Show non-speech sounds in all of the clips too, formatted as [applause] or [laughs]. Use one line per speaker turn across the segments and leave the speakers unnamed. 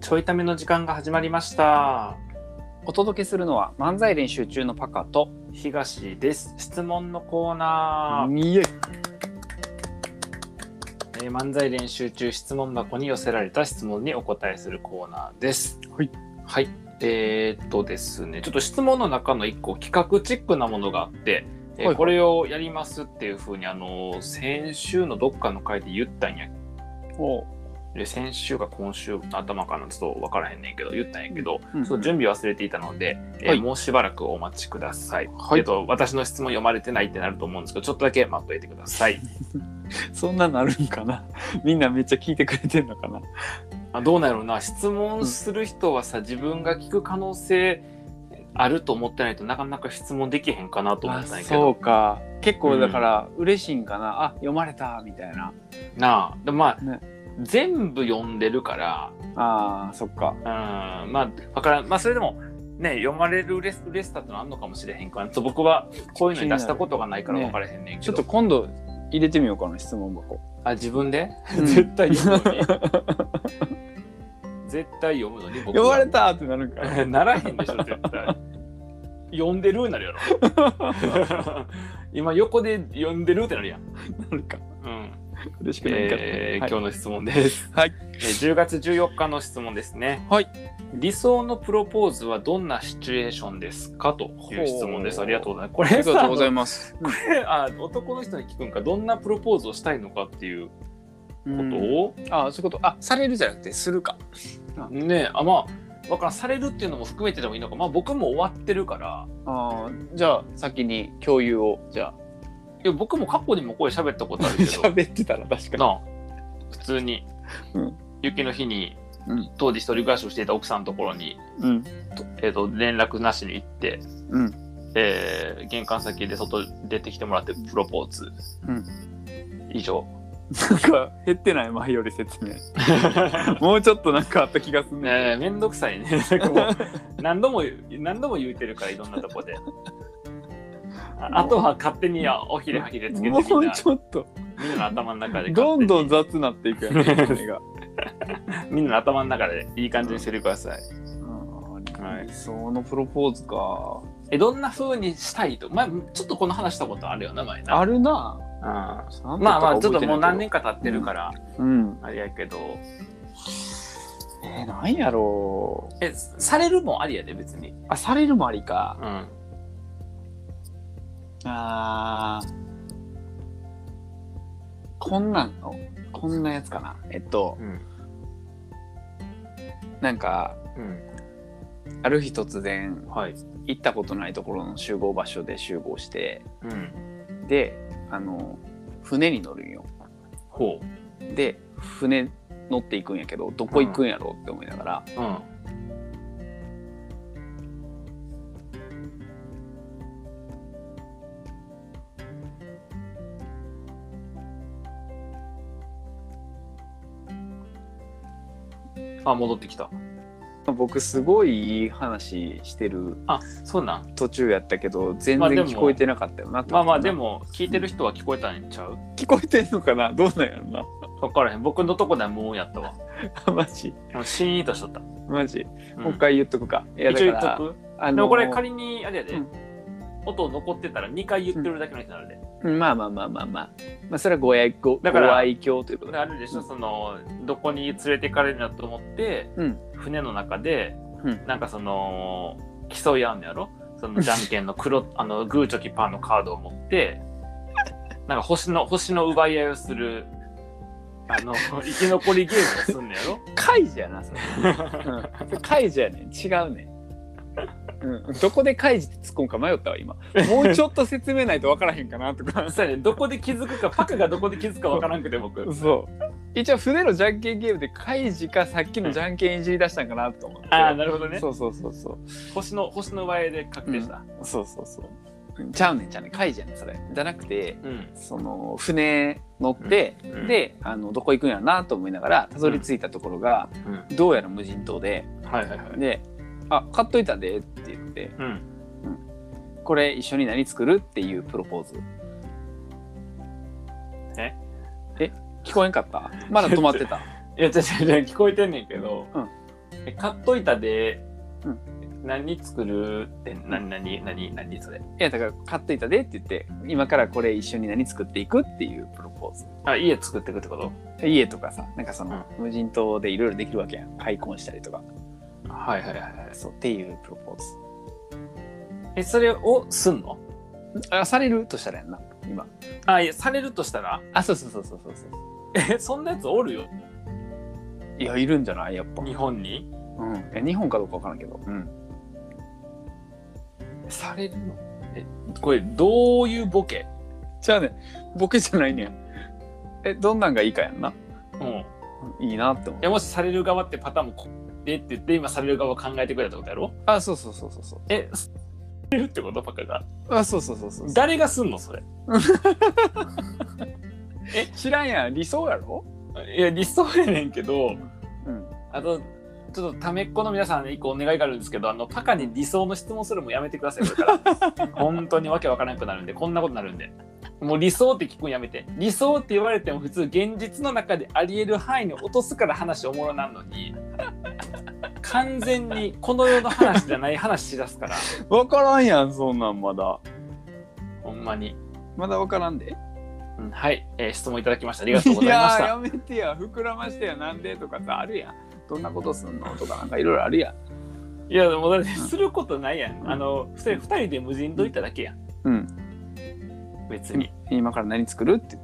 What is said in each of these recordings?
ちょいための時間が始まりました。
お届けするのは漫才練習中のパカと
東です。質問のコーナ
見え
ー、えー漫才練習中質問箱に寄せられた質問にお答えするコーナーです。
はい。
はい。えー、っとですね、ちょっと質問の中の一個企画チックなものがあって、えー
はいはい
これをやりますっていうふうに、あのー先週のどっかの回で言ったんや
おう
で先週か今週の頭かなちょっと分からへんねんけど言ったんやけど、
うん
そう準備忘れていたので、えー
はい
もうしばらくお待ちください、
はい
えっと、私の質問読まれてないってなると思うんですけどちょっとだけ待っといてください
そんなのあるんかな [laughs] みんなめっちゃ聞いてくれてんのかな
あどうなるな質問する人はさ自分が聞く可能性あると思ってないとなかなか質問できへんかなと思
あ
ったんやけ
そう
ど
か結構だから嬉しいんかな、あ読まれたみたいな
なあでもまあ、
ね
全部読んでるから
あーそっか
うんまあ、わからん。まあ、それでも、ね、読まれる嬉し嬉しさってのあんのかもしれへんから、ちょっと僕はこういうのに出したことがないから
気
分
になる
からへんねんけ
ちょ
ど。
っと今度入れてみようかな質問箱
あ、自分で
うん
絶対読むのに。
[laughs]
絶対読むのに、僕
読まれ
は。
たってなるんか
[laughs] ならへんでしょ、絶対。読んでるになるや
[laughs]
ろ。今、横で読んでるってなるやん。
なるか
うん。
[laughs] 嬉しくないんか、
えー
はい
今日の質問です。
はい
えー10月14日の質問ですね。
はい。
理想のプロポーズはどんなシチュエーションですかという質問です。
ほう
ありがとうございます。こ
あ
れ
りがとうござい
さ、
ます、
[laughs] あ男の人に聞くんか、どんなプロポーズをしたいのかっていう
う
こと
ん
を、
あそういうことあされるじゃなくてするか
ねあ、まあ、わからん、されるっていうのも含めてでもいいのか、まあ僕も終わってるから、
あーじゃあ先に共有をじゃあ
いや僕も過去にも声喋ったことあるけど、
[laughs] 喋ってたら確かに
なあ普通に、
うん
雪の日に、
うん
当時一人暮らしをしていた奥さんのところに、
うん
えー、と連絡なしに行って、
うん
えー玄関先で外出てきてもらってプロポーズ、
うん
以上
なんか減ってない前より説
[laughs]
明もうちょっとなんかあった気がすんね
ねえめんどくさい
[laughs]
ねなんかもう何度も言う何度も言うてるからいろんなとこでああとは勝手におひれはひれつけてみ
もうん
な
ちょっと
みんなの頭の中で
どんどん
勝
雑なっていくやん
[laughs]
目が
手にみんなの頭の中でいい感じにしててください、はい
理想のプロポーズか
えどんな風にしたいと前ちょっとこの話したことあるよな前な
あるな
うん
なんて言ったか
まあまあちょっ
覚
と
えてないけど
もう何年か経ってるから、
うん
あれやけど
えー、なんやろう
えされるもんありやで別に
あされるもありか
うん
あーこんなんのこんなやつかなえっと
うん
なんか
うん
ある日突然
はい
行ったことないところの集合場所で集合して
うん
であの船に乗るんよ
ほ
で船乗っていくんやけどどこ行くんやろうって思いながら、
ううんあ戻ってきた
僕すごいいい話してる
あそうなん
途中やったけど全然
まあでも
聞こえてなかったよな
まあまあでも聞いてる人は聞こえたんちゃう
聞こえてんのかなどうなんやろな [laughs]
分からへん僕のとこでは無音やったわ
マジ
でもシーンとしとった、
マジ、
うん
もう一回言っとくかいや
一応
だ
言
か
っと
ら
く
あ
で
の
もこれ仮にあれやで、
うん
音残ってたら2回言ってるだけの人なので、
まあまあまあまあまあまあそれはご愛ご
だから
ご愛嬌ということ
であるでしょ、そのどこに連れて行かれるなと思って、
うん
船の中で、
うん
なんかその競い合うんやろそ
[laughs]
のじゃんけんの黒あのグーチョキパーのカードを持ってなんか星の星の奪い合いをするあの生き残りゲームをすんのやろ
怪獣やなそれ、 [laughs] うんそれ怪獣やねん違うねんうん、どこで怪獣って突っ込むか迷った
[laughs]
わ今もうちょっと説明ないと分からへんかなとか
そうやねどこで気づくかパクがどこで気づくかわからんくて僕
そう一応船のじゃんけんゲームで怪獣かさっきのじゃんけんいじり出したんかなと思って
ああなるほどね
そうそうそうそう
星の星の奪い合いで確定した、
そうそうそうちゃうねんちゃうねん怪獣やねんそれじゃなくて
うん
その船乗って、
うんうん
であのどこ行くんやろなと思いながらたどり着いたところが、
う
どうやら無人島で
はいはいはい
で「あ買っといたで」って言って
うん
「これ一緒に何作る?」っていうプロポーズ
え
え聞こえんかったまだ止まってた [laughs]
いや違う違う違う聞こえてんねんけど、
うん
え買っといたで、
うん
何作るって何何何何それ
いやだから買っといたでって言って今からこれ一緒に何作っていくっていうプロポーズ
あ家作ってくってこと
家とかさなんかその、無人島でいろいろできるわけやん開墾したりとか
はいはいはいはい
そうっていうプロポーズ
えそれをすんの
あされるとしたらやんな今
あいやされるとしたら
あそうそうそうそうそうそ
えそんなやつおるよ
ういやいるんじゃないやっぱ、うん、
日
い
本に
や日本かどうかわからんけど、うん、
されるのえこれどういうボケ
じゃあねボケじゃないねんえどんなんがいいかやんな
うんい
うんいいなって思う
やもしされる側ってパターンもこえって言って今される側考えてくれたことやろ
あそうそうそうそうそう
えされるってことパカが
あそうそうそうそう
誰がすんのそれ
知らんやん理想やろ
いや理想やねんけど
うん
あとちょっとためっ子の皆さんに一個お願いがあるんですけどあのパカに理想の質問するのもやめてくださいこれから
[laughs]
本当にわけわからなくなるんでこんなことになるんでもう理想って聞くんやめて理想って言われても普通現実の中でありえる範囲に落とすから話おもろなんのに完全にこの世の話じゃない話しだすから
分からんやんそんなんまだ
ほんまに、
まだ分から [laughs] んで
うんはい、えー質問いただきましたありがとうございまし
やー
た
やめてや膨らましてやなんでとかさあるやんどんなことすんのとかなんかいろいろあるやん
いやでもだってすることないやんあのそれ二人で無人島行っただけやん
うん
別に [laughs]
今から何作るって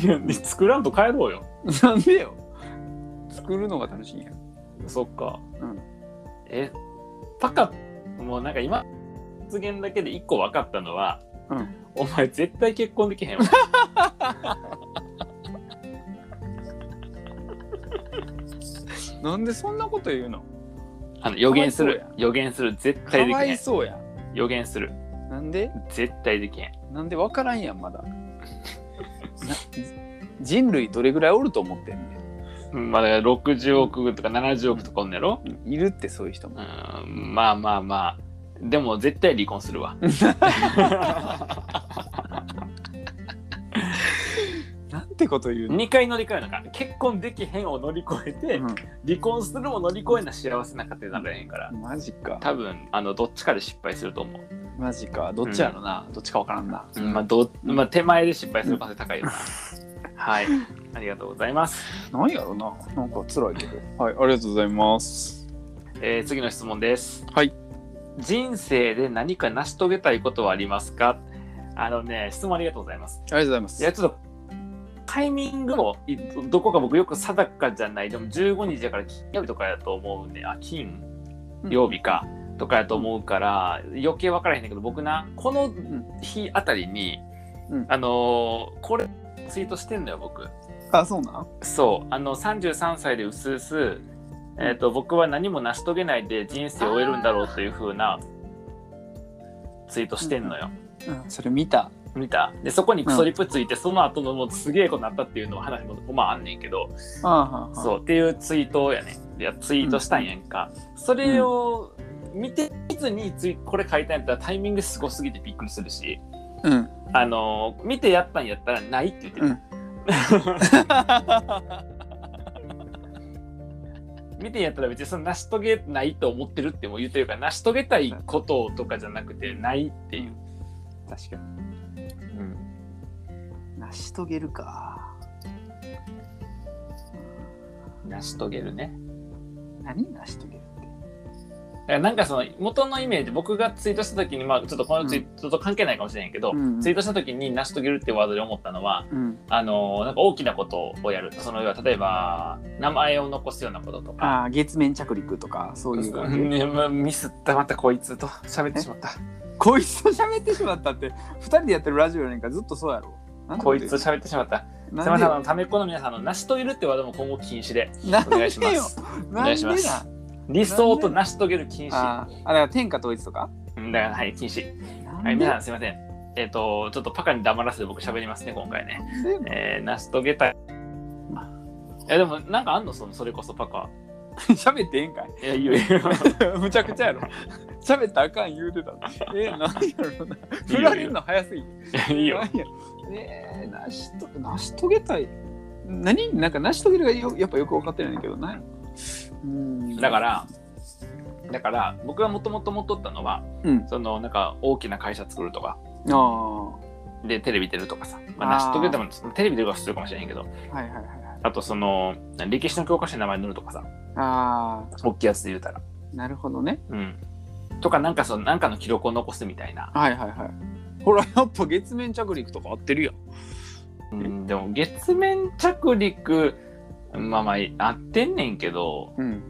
言っ
いや作らんと帰ろうよ
てなんでよ作るのが楽しいんやん
そっか。
うん
え、パカ、もうなんか今、発言だけで一個分かったのは、
うん
お前絶対結婚できへんわ。
なんでそんなこと言うの
あの予言す
か
る
わいそう。
予言する。絶
か
対でき
わ
へ
い
ん。
そうや
予言する。
なんで
絶対できへん。
なんで分からんやんま [laughs] だな人類どれぐらいおると思ってんね
うんまあだから60億とか70億とかおんねやろ。
んいるってそういう人
う
も
ん、まあまあまあ。でも絶対離婚するわ。
なんてこと言うの、
2回乗り越えなあかん結婚できへんを乗り越えて、離婚するも乗り越えな幸せな家庭ならへんから
う。んマジか
多分あのどっちかで失敗すると思う。
マジかどっちやろな、どっちか分からんな、
うんまあどうまあ、手前で失敗する可能性高いよな。はい。ありがとうございます。
なんやろななんか辛いけどはいありがとうございます
えー次の質問です。
はい。
人生で何か成し遂げたいことはありますかあのね、質問ありがとうございます。
ありがとうございま
い
す
や、ちょっと、タイミングもいどこか僕よく定かじゃない、でも15日だから金曜日とかやと思うんで、あ、金曜日か。とかやと思うから余計分からへんねんけど僕なこの日あたりに、
うん
あのーこれツイートしてんのよ僕。
あそうなん
そうあの33歳でうすうす、えー、と僕は何も成し遂げないで人生を終えるんだろうというふうなツイートしてんのよ。
うん、それ見た
見たでそこにクソリプついて、その後のもうすげえことになったっていうのを話もまああんねんけど
ああ
そうっていうツイートやねいやツイートしたんやんか、それを見て見ずにツイこれ書いたんやったらタイミングすごすぎてびっくりするし
ううん
あのー見てやったんやったらないって言ってる、
うん
見てんやったら別にその成し遂げないと思ってるっても言ってるから成し遂げたいこととかじゃなくてないっていう、
確かに成し遂げるか
成し遂げるね
何成し遂げるって
だからなんかその元のイメージ僕がツイートした時にまあちょっとこのツイートと関係ないかもしれないけど、
うん
ツイートした時に成し遂げるってワードで思ったのは
うん
あのなんか大きなことをやるその要は例えば名前を残すようなこととか。
ああ月面着陸とかそういう感
[laughs]
じ
ねまあミスったまたこいつと喋ってしまった
[laughs] こいつと喋ってしまったって2人でやってるラジオなんかずっとそうやろなんで
こいつと喋ってしまったすみ
な
ま
ん
せ
で
んあのためっ子の皆さんあの成し遂げるってワードも今後禁止で
な
お願いしま
んでよ
すお
な
願
ん
いし
で
ます
な
[laughs] 理想と成し遂げる禁止
あーあだから天下統一とか
うんだからはい禁止は
ないんで
皆さんすいませんえっ、とちょっとパカに黙らせて僕喋りますね今回ね
なんでよ
えー、成し遂げたいえでもなんかあんのそのそれこそパカ
喋ってええんかい [laughs]
いやいいよいいよ
むちゃくちゃやろ喋ったらあかん言うてたのえー、何やろな振られるの早すぎて
い [laughs] いよ
何やえー、成しと成し遂げたい何なんか成し遂げるがよやっぱよく分かってないんだけど何うん
だからだから僕がもともと持っとったのは
うん
そのなんか大きな会社作るとか
ああは
でテレビ出るとかさ、まあ、
あー
成し遂げてもテレビ出るは必要かもしれへんけど
いはいはいはい
あとその歴史の教科書に名前載るとかさ
あ
大きいやつで言うたら
あなるほどね
うんとかなんかそのなんかの記録を残すみたいな、
はいはいはいほらやっぱ月面着陸とか合ってるやん
うん、でも月面着陸まあまあ合ってんねんけど
うん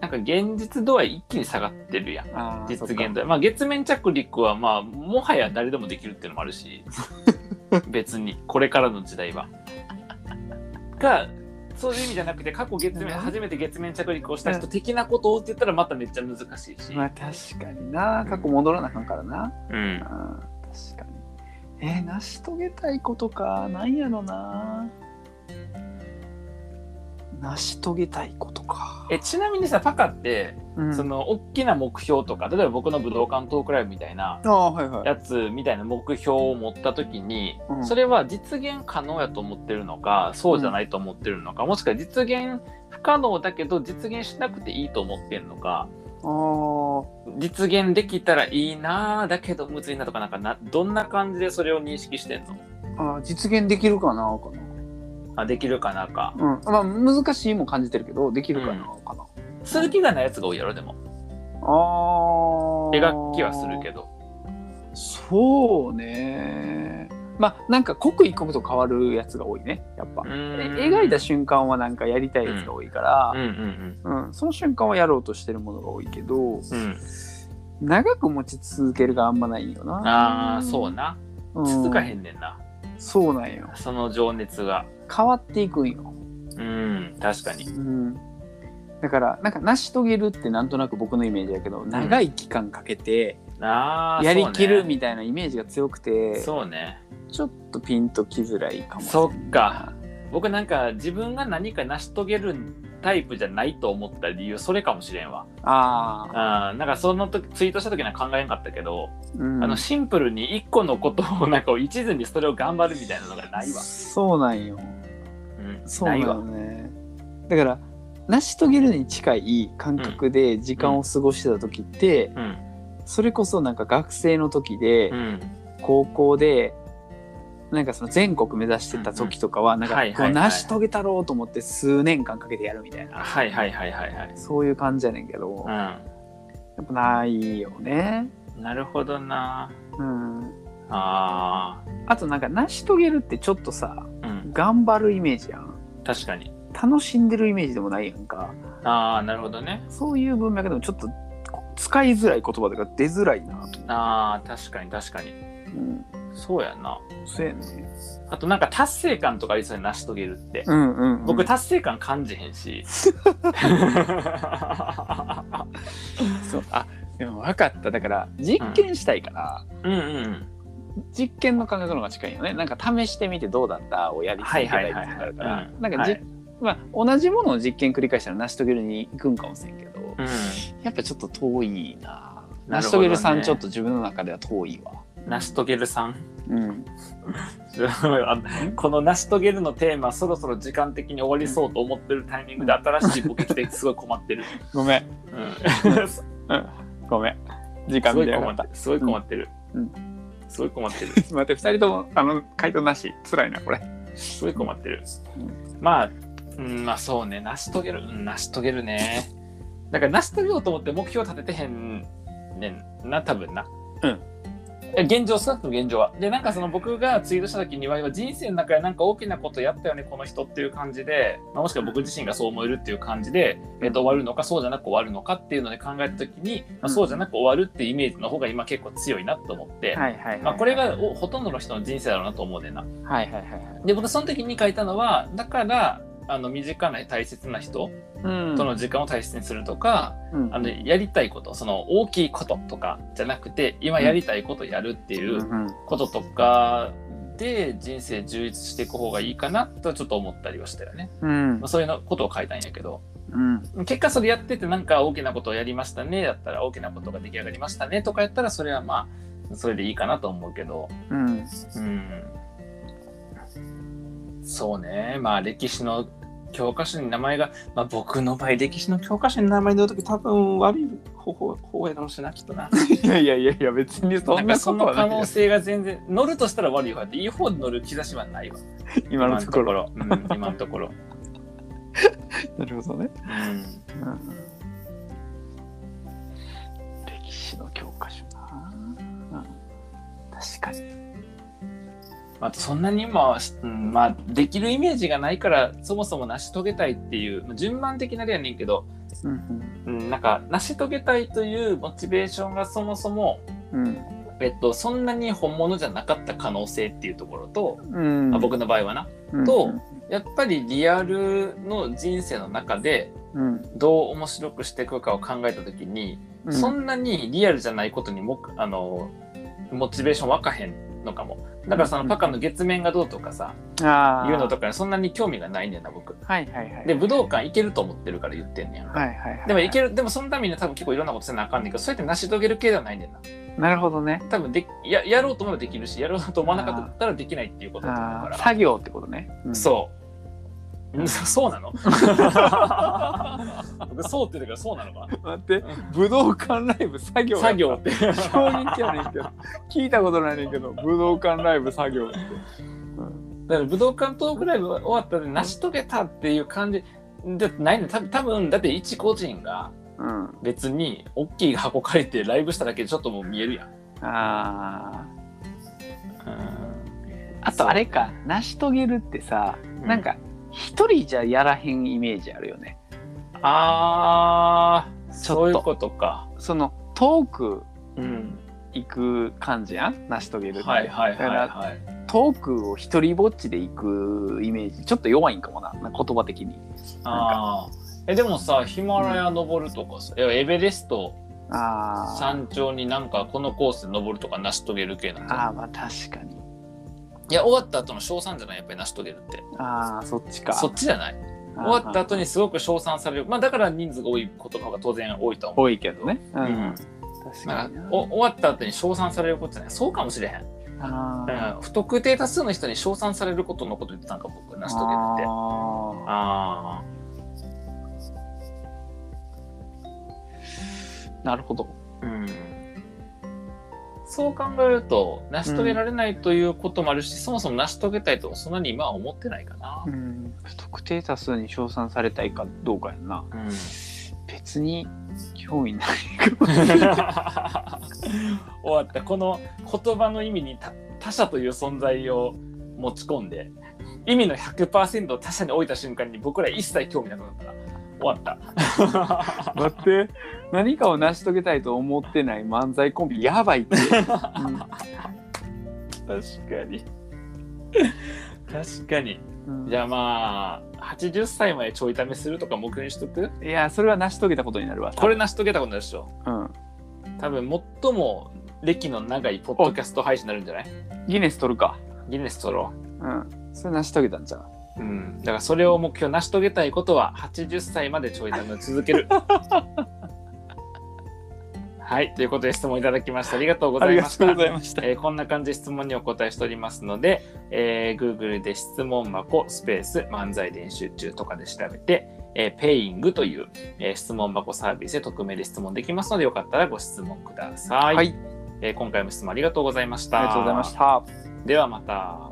なんか現実度は一気に下がってるやん
ああ
実現度まあ月面着陸はまあもはや誰でもできるっていうのもある
[laughs]
し別にこれからの時代は。がそういう意味じゃなくて過去月面初めて月面着陸をした人的なことをって言ったらまためっちゃ難しいし、
まあ確かにな過去戻らなあかんからな
うん
あ、ー確かにえー成し遂げたいことかなんやろな成し遂げたいことか、
えちなみにさパカって、
うん
その大きな目標とか例えば僕の武道館トークライブみたいな
ああはいはい
やつみたいな目標を持った時に、
うん
それは実現可能やと思ってるのかそうじゃないと思ってるのか、もしくは実現不可能だけど実現しなくていいと思ってるのか
あー
実現できたらいいなあだけどむずいなとかなんかなどんな感じでそれを認識してんの
あー実現できるかなか
あできるかなか
な、うんまあ、難しいも感じてるけどできるかなかな、
する気がないやつが多いやろでも
ああ
描きはするけど
そうねまあなんか刻一刻と変わるやつが多いねやっぱ、
う
え
ーん
描いた瞬間はなんかやりたいやつが多いから
うん、うん
うん、その瞬間はやろうとしてるものが多いけど
うんうん
長く持ち続けるがあんまないよな
ああそう、な
うん
続かへんねんな
そうなんよ
その情熱が
変わっていくんよ、
うん確かに
うん、だからなんか成し遂げるってなんとなく僕のイメージやけど長い期間かけて
ああ
やりきるみたいなイメージが強くて、
そうね
ちょっとピンときづらいかもしれ
そ
ない
っか僕なんか自分が何か成し遂げるタイプじゃないと思った理由それかもしれんわ
ああ、
あーなんかその時ツイートした時には考えんかったけど、
うん
あのシンプルに一個のことをなんか一途にそれを頑張るみたいなのがないわ、
そうなんよ
うん
そう
な
ない
わ
のねだから成し遂げるに近い感覚で時間を過ごしてた時って、
うん
それこそなんか学生の時で、
うん
高校でなんかその全国目指してた時とかはなんか
はい
こ
は
う
いはい
成し遂げたろうと思って数年間かけてやるみたいな
はいはいはいはいはい
そういう感じやねんけど、やっぱないよね。
うんなるほどな
うん、
あ
あとなんか成し遂げるってちょっとさ
ーうん
頑張るイメージやん
確かに
楽しんでるイメージでもないやんか
ああなるほどね
そういう文脈でもちょっとこ使いづらい言葉とか出づらいなと思
あー確かに確かに
う、うん、
そうやな
そうやね
あとなんか達成感とかありそうに成し遂げるって、
うんうん、うん、
僕達成感感じへん
[laughs]
し
そうあでも分かっただから実験したいから、
うんうん
実験の感覚の方が近いよねなんか試してみてどうだったをやり続けたいってなるか
はいはいはいは
ら
いうん
なんかじ、
はい
まあ、同じものを実験繰り返したら成し遂げるに行くんかもしれんけど、
うん
やっぱちょっと遠いな
な
成
る
し
ほ
遂
どね
げるさんちょっと自分の中では遠いわ、
成し遂げるさん [laughs]
うん、
あこの成し遂げるのテーマそろそろ時間的に終わりそうと思ってるタイミングで新しいボケ来てすごい困ってる、
ごめん [laughs]
うん、す
ごめん時間
ごい
見てな
困
か
っ
った
てるすごい困ってる、
うん
すごい困ってる
待って2人ともあの回答なし辛いなこれ
すごい困ってる
う。
まあ、うん、まあそうね、成し遂げる、うん成し遂げるね。だから成し遂げようと思って目標立ててへんねんな、多分な。
うん
え。現状、少なくとも現状は。で、なんかその僕がツイートした時には、今人生の中でなんか大きなことやったよね、この人っていう感じで、まあ、もしくは僕自身がそう思えるっていう感じで、えっと終わるのか、そうじゃなく終わるのかっていうので考えた時に、まあ、そうじゃなく終わるってイメージの方が今結構強いなと思って、
はいはい、はい
まあ、これがおほとんどの人の人生だろうなと思うねんな。
はいはいはいはい
で僕その時に書いたのはだからあの身近な大切な人
うん
との時間を大切にするとか、
うん
あのやりたいことその大きいこととかじゃなくて今やりたいことやるっていううんこととかで人生充実していく方がいいかなとちょっと思ったりはしたよね、
うん
まあ、そういうのことを書いたんやけど
うん
結果それやっててなんか大きなことをやりましたねだったら大きなことが出来上がりましたねとかやったらそれはまあそれでいいかなと思うけど、
うん
うんそうねまあ歴史の教科書に名前が、まあ、僕の場合歴史の教科書に名前出るとき多分悪い方法方やかもしれないきっとな。
いやいやいやいや別に
[laughs]
そ
なんん
な
か
こ
そ
と
の
はな
可
い
能
です
性が全然乗るとしたら悪い方でいい方に乗る兆しはないわ。 [laughs]
今のところ。
今のところ。うん、今のところ。
なるほどね、
うん
歴史の教科書な、確かに
あとそんなに今は、しうんまあ、できるイメージがないからそもそも成し遂げたいっていうまあ順番的なでやねんけど、
うん
うん、なんか成し遂げたいというモチベーションがそもそも、
うん
えっと、そんなに本物じゃなかった可能性っていうところと、
うん
まあ僕の場合はなとやっぱりリアルの人生の中で
うん
どう面白くしていくかを考えた時に、
うん
そんなにリアルじゃないことにもあのモチベーション湧かへんのかもだからそ
うん
のパカの月面がどうとかさ、
あー
いうのとかにそんなに興味がないねんな僕
はいはいはい
で武道館行けると思ってるから言ってんねん、
はいはいはい
でも行けるでもそのためには多分結構いろんなことせなあかんねんけどそうやって成し遂げる系ではないねんな
なるほどね
多分でややろうと思えばできるしやろうと思わなかったらできないっていうことだと思う
あ
か
ー
ら
作業ってことね、うん
そう。んそ [laughs] そうなの僕そうって言ったからそうなのか
待って武道館ライブ作業やった
作業って [laughs]
[laughs] 衝撃やねんけど聞いたことないねんけど武道館ライブ作業って、うん
だから武道館トークライブ終わったら成し遂げたっていう感じだってないの多分多分だって一個人が
うん、
別に大きい箱借りてライブしただけでちょっともう見えるやん。
あー
うん
あとあれか成し遂げるってさ、なんか一人じゃやらへんイメージあるよね
ああ
ちょっと
そういうことか。
その遠く
うん、
行く感じやん成し遂げるって、
はいはいはい
だ
はい。
遠くを一人ぼっちで行くイメージちょっと弱いんかもななんか言葉的に
ああえでもさヒマラヤ登るとかさ、いやエベレスト
あー
山頂になんかこのコースで登るとか成し遂げる系なんだ
あーまあ確かに
いや終わった後の賞賛じゃないやっぱり成し遂げるって
ああそっちか
そっちじゃない
あー
終わった後にすごく称賛される、まあ、だから人数が多いことの方が当然多いとは思う。
多いけどね、うん
うん
確か
なん
に
か
な
お終わった後に称賛されることじゃないそうかもしれへん、
あ
う
ー
ん、不特定多数の人に称賛されることのこと言ってたんか僕成し遂げるってあ
あーなるほど
あうんそう考えると成し遂げられないということもあるし、そもそも成し遂げたいとそんなに今は思ってないかな
う、ん不特定多数に称賛されたいかどうかやんな
うん、
別に興味ないかも
終わったこの言葉の意味に他他者という存在を持ち込んで意味の100%を他者に置いた瞬間に僕ら一切興味なくなったら終わった
[laughs] 待って何かを成し遂げたいと思ってない漫才コンビやばいって、
確かに確かに
うん
じゃあまあ80歳までちょいためするとか目標にしとく
いやそれは成し遂げたことになるわ
これ成し遂げたことないでしょ
うん、
多分最も歴の長いポッドキャスト配信になるんじゃない
ギネス取るか
ギネス取ろう
うんそれ成し遂げたんちゃう
うん、だからそれを目標成し遂げたいことは80歳までちょいためを続ける。 [laughs] はい、ということで質問いただきましてありがとうございました。
ざいました
えーこんな感じで質問にお答えしておりますので、えー Google で質問箱スペース漫才練習中とかで調べて、えーペイングという、えー質問箱サービスで匿名で質問できますのでよかったらご質問ください。
はい、
えー今回も質問ありがとうございました。
ありがとうございました
ではまた。